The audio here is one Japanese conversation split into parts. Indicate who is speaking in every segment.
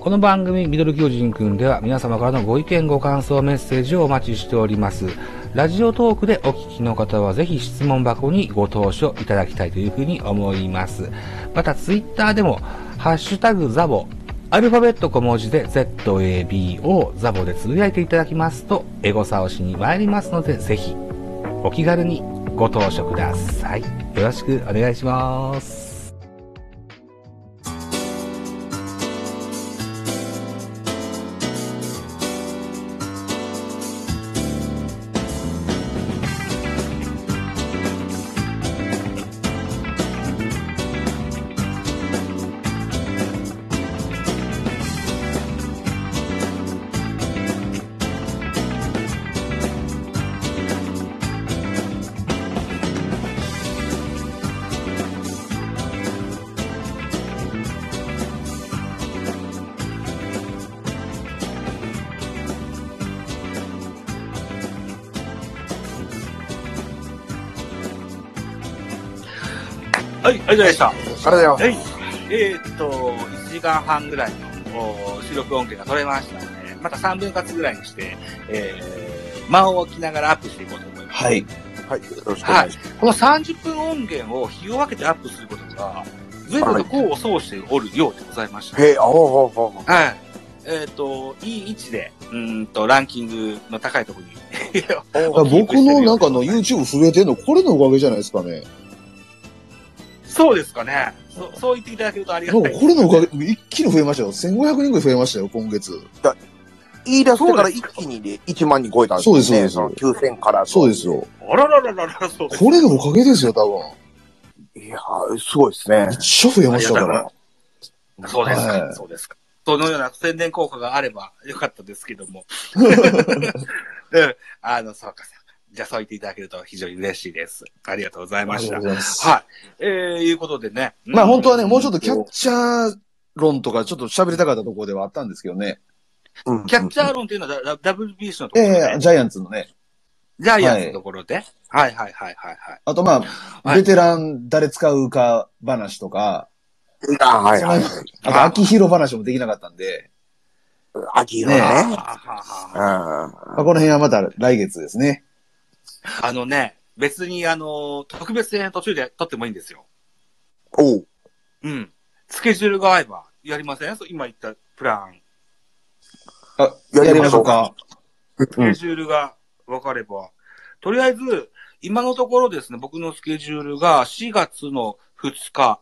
Speaker 1: この番組「ミドル巨人くん」では皆様からのご意見ご感想メッセージをお待ちしておりますラジオトークでお聞きの方はぜひ質問箱にご投書いただきたいというふうに思いますまたツイッターでも「ハッシュタグザボ」アルファベット小文字で ZABO ザボでつぶやいていただきますとエゴサをしに参りますのでぜひお気軽にご投書くださいよろしくお願いします
Speaker 2: はい、ありがとうございま
Speaker 3: ありがとうご
Speaker 2: した。
Speaker 3: ざい
Speaker 2: はい。えーっと、1時間半ぐらいのお収録音源が取れましたので、また3分割ぐらいにして、えー、間を置きながらアップしていこうと思います。
Speaker 4: はい。
Speaker 3: ます。はい、よろしくお願いします。
Speaker 2: この30分音源を日を分けてアップすることが、随分と功を奏しておるようでございました。
Speaker 3: へえ、あほうほうほうほ
Speaker 2: はい。えーっと、いい位置で、うーんと、ランキングの高いところに。
Speaker 3: うほう。
Speaker 4: 僕のな ん かあの YouTube 増えてんの、これのおかげじゃないですかね。
Speaker 2: そうですかね。そそう言っていただけるとありが
Speaker 4: な
Speaker 2: た
Speaker 4: ん
Speaker 2: い
Speaker 4: か
Speaker 2: です。
Speaker 4: これのおかげ、一気に増えましたよ。1500人ぐらい増えましたよ、今月。
Speaker 3: 言い出してから一気にで1万人超えたんです
Speaker 4: そう
Speaker 3: ね。
Speaker 4: ですそうです
Speaker 3: の9000から。
Speaker 4: そうです。よ。
Speaker 2: あららららら、そうです。
Speaker 4: これのおかげですよ、多分。
Speaker 3: いやー、すごいですね。
Speaker 4: 一緒増えましたか
Speaker 2: ありが
Speaker 4: ら。
Speaker 2: そうですか、
Speaker 4: はい
Speaker 2: そうですか。そのような宣伝効果があればよかったですけど も。うん、あの、そうかそうか。じゃあそう言っていただけると非常に嬉しいです。ありがとうござい
Speaker 4: あ
Speaker 2: ま
Speaker 4: り
Speaker 2: し
Speaker 4: がと
Speaker 2: た
Speaker 4: うご。ざいます。
Speaker 2: はい。えー、いうことでね。
Speaker 4: まあ本当はね、もうちょっ
Speaker 2: と。
Speaker 4: とキャッチャー論とかちょっと喋りたかったところではあったんですけどね。
Speaker 3: うん
Speaker 2: キャッチャー論っていうのはだだ WBC のとこ
Speaker 4: え
Speaker 2: ろで、
Speaker 4: えジャイアンツのね。
Speaker 2: ジャイアンツのところで。はいはいはいはいはい。
Speaker 4: あとまあ、
Speaker 2: はい
Speaker 4: ベテラン誰使うか話とか、
Speaker 3: あーはいはいはい。
Speaker 4: あと秋広話もできなかったんで、
Speaker 3: 秋色ね。
Speaker 4: ね
Speaker 2: あ
Speaker 3: ね
Speaker 2: はは
Speaker 3: あ
Speaker 4: まあ、この辺はまた来月ですね。
Speaker 2: あのね、別にあの、特別編途中で撮ってもいいんですよ。
Speaker 3: おう。
Speaker 2: うん。スケジュールが合えばやりませんそう今言ったプラン。
Speaker 4: あ、
Speaker 3: やりましょう
Speaker 4: やりましょうか。
Speaker 2: スケジュールが分かれば、とりあえず、今のところですね、僕のスケジュールが4月の2日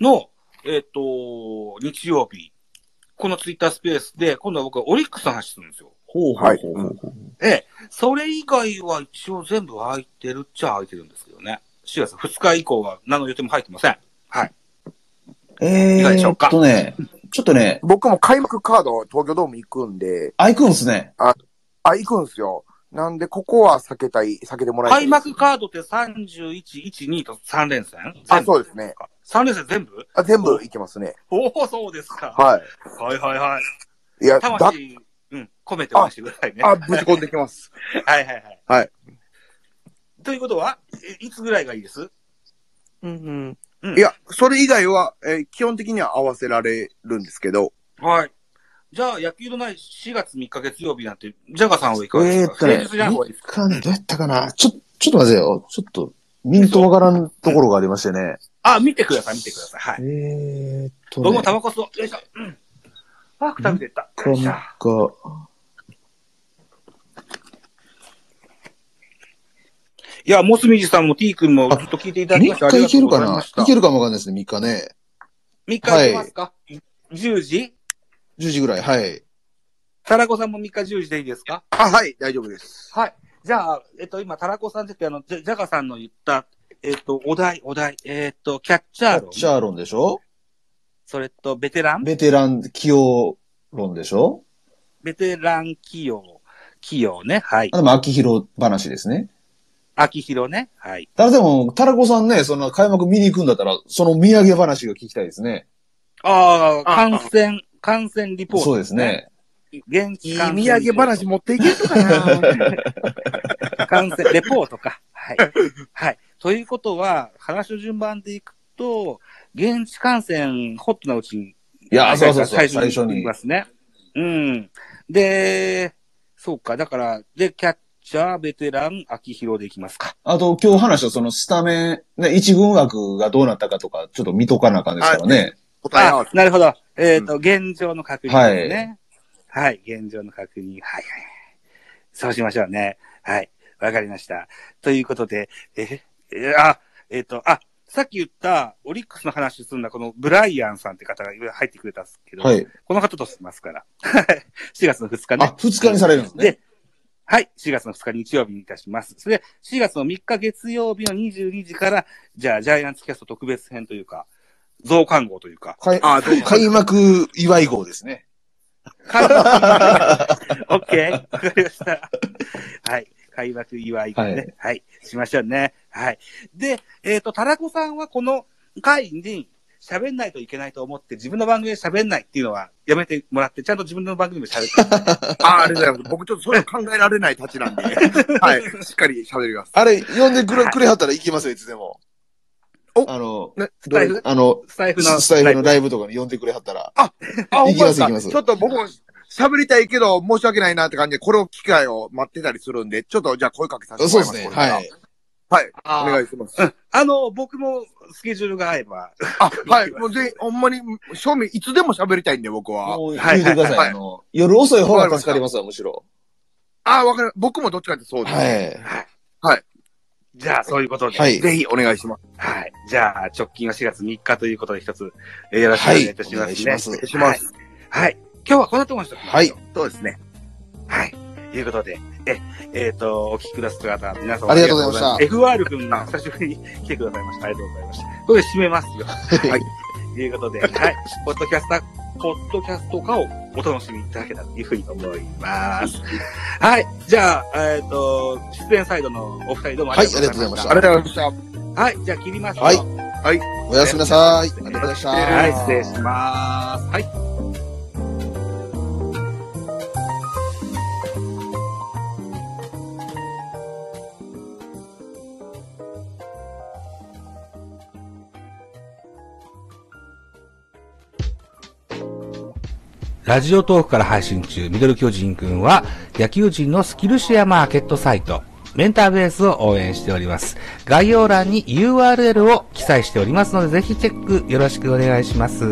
Speaker 2: の、えっ、と、日曜日、このツイッタースペースで、今度は僕はオリックスの話するんですよ。
Speaker 4: ほう
Speaker 3: はい。
Speaker 2: ええ、それ以外は一応全部空いてるっちゃ空いてるんですけどね。4月2日以降は何の予定も入ってません。
Speaker 4: え
Speaker 2: いかがでし
Speaker 4: ー
Speaker 2: ょうか
Speaker 4: っとね、ちょっとね、
Speaker 3: 僕も開幕カード、東京ドーム行くんで、
Speaker 4: あ、行くんすね。
Speaker 3: あ、行くんすよ。なんで、ここは避けたい、避けてもらいたい。
Speaker 2: 開幕カードって31、12と3連戦
Speaker 3: あそうですね。
Speaker 2: 3連戦全部
Speaker 3: あ全部行けますね。
Speaker 2: おお、そうですか。
Speaker 3: は
Speaker 2: はいはいはい。
Speaker 3: い。いや、だ、
Speaker 2: 魂、うん、込めて応援してくださいね。は
Speaker 3: あ、ぶち込んできます。
Speaker 2: いはいはい。
Speaker 3: はい。
Speaker 2: ということは、いいつぐらいがいいです
Speaker 3: うん
Speaker 2: う
Speaker 3: うんん、いや、それ以外は、えー基本的には合わせられるんですけど、
Speaker 2: はい。じゃあ、野球のない4月3日月曜日なんて、ジャガさんはいかがで
Speaker 4: え
Speaker 2: す
Speaker 4: ー
Speaker 2: か
Speaker 4: っとね、
Speaker 2: 平日じゃん。
Speaker 4: 3日ね、どうやったかなちょ、ちょっと待ってよ。ちょっと、ミントわからんところがありましてね。
Speaker 2: あ、見てください、見てください。はい。
Speaker 4: えーっとね、
Speaker 2: 僕もタバコ吸おう。よいしょ。うん。あ、くたびてった。よいしょ
Speaker 4: 3
Speaker 2: いや、モスミジさんも T 君もずっと聞いていただきまし
Speaker 4: 日、
Speaker 2: てあ
Speaker 4: 3
Speaker 2: りがと
Speaker 4: 日いけ
Speaker 2: う
Speaker 4: る
Speaker 2: ご
Speaker 4: か
Speaker 2: ざいま
Speaker 4: な
Speaker 2: した。
Speaker 4: いけるかもわかんないですね、3日ね。
Speaker 2: 3日行けますか ?10 時
Speaker 4: 10時ぐらい、はい。
Speaker 2: タラコさんも3日10時でいいですか
Speaker 3: あ、はい、大丈夫です。
Speaker 2: はい。じゃあ、えっと、今、タラコさんって言って、あの、ジャジャガさんの言った、えっと、お題、お題、えっと、キャッチ
Speaker 4: キ
Speaker 2: ャ
Speaker 4: ャ
Speaker 2: ー
Speaker 4: ッ
Speaker 2: 論、
Speaker 4: チャー論でしょ
Speaker 2: それと、ベテラン、
Speaker 4: ベテラン起用論でしょ
Speaker 2: ベテラン起用、起用ね、はい
Speaker 4: あ、。でも、秋広話ですね。
Speaker 2: 秋広ね、はい。
Speaker 4: ただでも、タラコさんね、その開幕見に行くんだったら、その土産話が聞きたいですね。
Speaker 2: ああ、
Speaker 3: あ
Speaker 2: 感染、感染リポート、
Speaker 4: そうです。ね。
Speaker 2: 現
Speaker 3: い
Speaker 2: 地
Speaker 3: い
Speaker 2: 感染
Speaker 3: 土産話持っていけるのかな
Speaker 2: 感染、レポートか。はい。はい。ということは、話の順番でいくと、現地感染、ホットなうちに
Speaker 4: いや、そうそうそう。
Speaker 2: 最初
Speaker 4: 最
Speaker 2: に
Speaker 4: 初
Speaker 2: 言い
Speaker 4: に
Speaker 2: ま。すね。うん。で、そうか。だから、で、キャッチャー、ベテラン、秋広でいきますか。
Speaker 4: あと、今日話したそのスタメン、ね、一軍枠がどうなったかとか、ちょっと見とかなあかんですからね。
Speaker 3: 答え合わ
Speaker 2: あ
Speaker 3: せ。、
Speaker 2: なるほど。えっ、と、現状の確認ですね。はい、現状の確認。はいはいはい。そうしましょうね。はい。わかりました。ということで、え、えあ、えっ、と、あ、さっき言った、オリックスの話すんだ、このブライアンさんって方が入ってくれたんですけど、
Speaker 4: はい。
Speaker 2: この方としますから。4月の2日ね。
Speaker 4: あ、二日にされるんですね。
Speaker 2: で、はい、4月の2日日曜日にいたします。それで、4月の3日月曜日の22時から、じゃあ、ジャイアンツキャスト特別編というか、増刊号というか、
Speaker 4: 開
Speaker 3: あ、どうも。
Speaker 4: 開幕祝い号ですね。
Speaker 2: 開幕オッケー わかりました。はい。開幕祝いね、はい。しましょうね。はい。で、えっ、と、タラコさんはこの会に喋んないといけないと思って、自分の番組で喋んないっていうのはやめてもらって、ちゃんと自分の番組で喋って。
Speaker 3: あ、ありがとうございます。僕ちょっとそういうの考えられないたち なんで、はい、しっかり喋ります。
Speaker 4: あれ、呼んでくれ、くれはったら行きますよ、いつでも。
Speaker 3: お
Speaker 4: あの、
Speaker 3: ね
Speaker 4: どれ
Speaker 2: スタイフ
Speaker 4: あの、
Speaker 2: スタイフの。
Speaker 4: スタイルのライブとかに呼んでくれはったら。
Speaker 3: あ、ほんまですか
Speaker 4: 行きます行きます
Speaker 3: ちょっと僕も喋りたいけど、申し訳ないなって感じで、これを機会を待ってたりするんで、ちょっとじゃあ声かけさせても
Speaker 4: そう
Speaker 3: ら
Speaker 4: で
Speaker 3: いますす。こ
Speaker 4: ね。
Speaker 3: れから
Speaker 4: はい。。
Speaker 3: はい。
Speaker 2: あ
Speaker 3: お
Speaker 2: ー
Speaker 3: 願いします。
Speaker 2: あの、僕もスケジュールが合えば。
Speaker 3: あ、はい。もうぜひ、ほんまに、正味、いつでも喋りたいんで、僕は。
Speaker 4: もう
Speaker 2: はい
Speaker 4: 言うてください。
Speaker 3: はい
Speaker 4: あの、夜遅い方が助かりますわ、むしろ。
Speaker 3: あ、わかる。僕もどっちかってそうです。
Speaker 4: はい。
Speaker 2: じゃあ、そういうことで。
Speaker 4: は
Speaker 2: はい。
Speaker 4: い。
Speaker 3: ぜひ、お願いします。
Speaker 2: じゃあ、直近は4月3日ということで一つ、えーよろしくお願いいたします、ね
Speaker 4: はいお願いしますお願
Speaker 3: いします
Speaker 2: はい。はい今日はこんなところにしときましょう。
Speaker 3: そうですね。
Speaker 2: はい。ということで、え、えっ、と、お聞きくださった方、皆様
Speaker 4: ありがとうございま
Speaker 2: ありがとうございます FR 君が久しぶりに来てくださいました。ありがとうございました。これで締めますよ。
Speaker 4: はい。
Speaker 2: ということで、はい。ポッドキャスター、ポッドキャスト化をお楽しみいただけたらというふうに思います。はい。じゃあ、えっ、と、出演サイドのお二人どうもありがとうございまし
Speaker 4: は
Speaker 2: た。
Speaker 3: ありがとうございまし
Speaker 2: はい。じゃあ、切りますよ
Speaker 4: はい
Speaker 2: は
Speaker 4: おやすみなさい。ありがとうございました。
Speaker 2: い。失礼します。はい。
Speaker 1: ラジオトークから配信中、ミドル巨人くんは、野球人のスキルシェアマーケットサイト、メンターベースを応援しております。概要欄に URL を記載しておりますので、ぜひチェックよろしくお願いします。